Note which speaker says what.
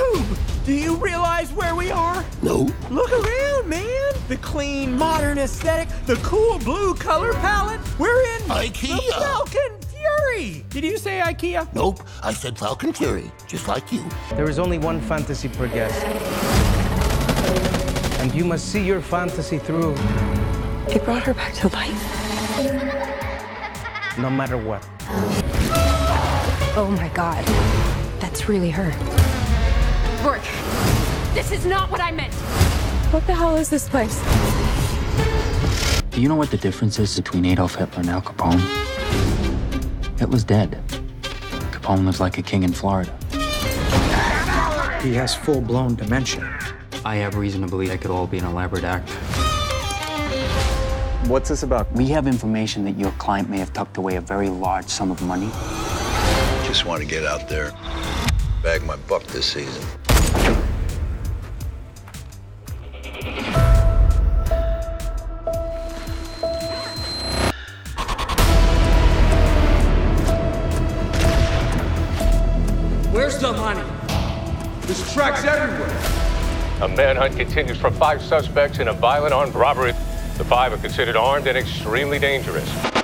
Speaker 1: Do you realize where we are?
Speaker 2: No.
Speaker 1: Look around, man. The clean, modern aesthetic, the cool blue color palette. We're in
Speaker 2: IKEA.
Speaker 1: The Falcon Fury. Did you say IKEA?
Speaker 2: Nope. I said Falcon Fury, just like you.
Speaker 3: There is only one fantasy per guest. And you must see your fantasy through
Speaker 4: It brought her back to life.
Speaker 3: no matter what.
Speaker 5: Oh my god. That's really her.
Speaker 6: Rourke, this is not what I meant.
Speaker 4: What the hell is this place?
Speaker 7: Do you know what the difference is between Adolf Hitler and Al Capone? Hitler's dead. Capone lives like a king in Florida.
Speaker 8: He has full blown dementia.
Speaker 7: I have reason to believe that could all be an elaborate act.
Speaker 9: What's this about?
Speaker 7: We have information that your client may have tucked away a very large sum of money.
Speaker 10: Just want to get out there, bag my buck this season.
Speaker 11: Where's the money? There's tracks everywhere.
Speaker 12: A manhunt continues for five suspects in a violent armed robbery. The five are considered armed and extremely dangerous.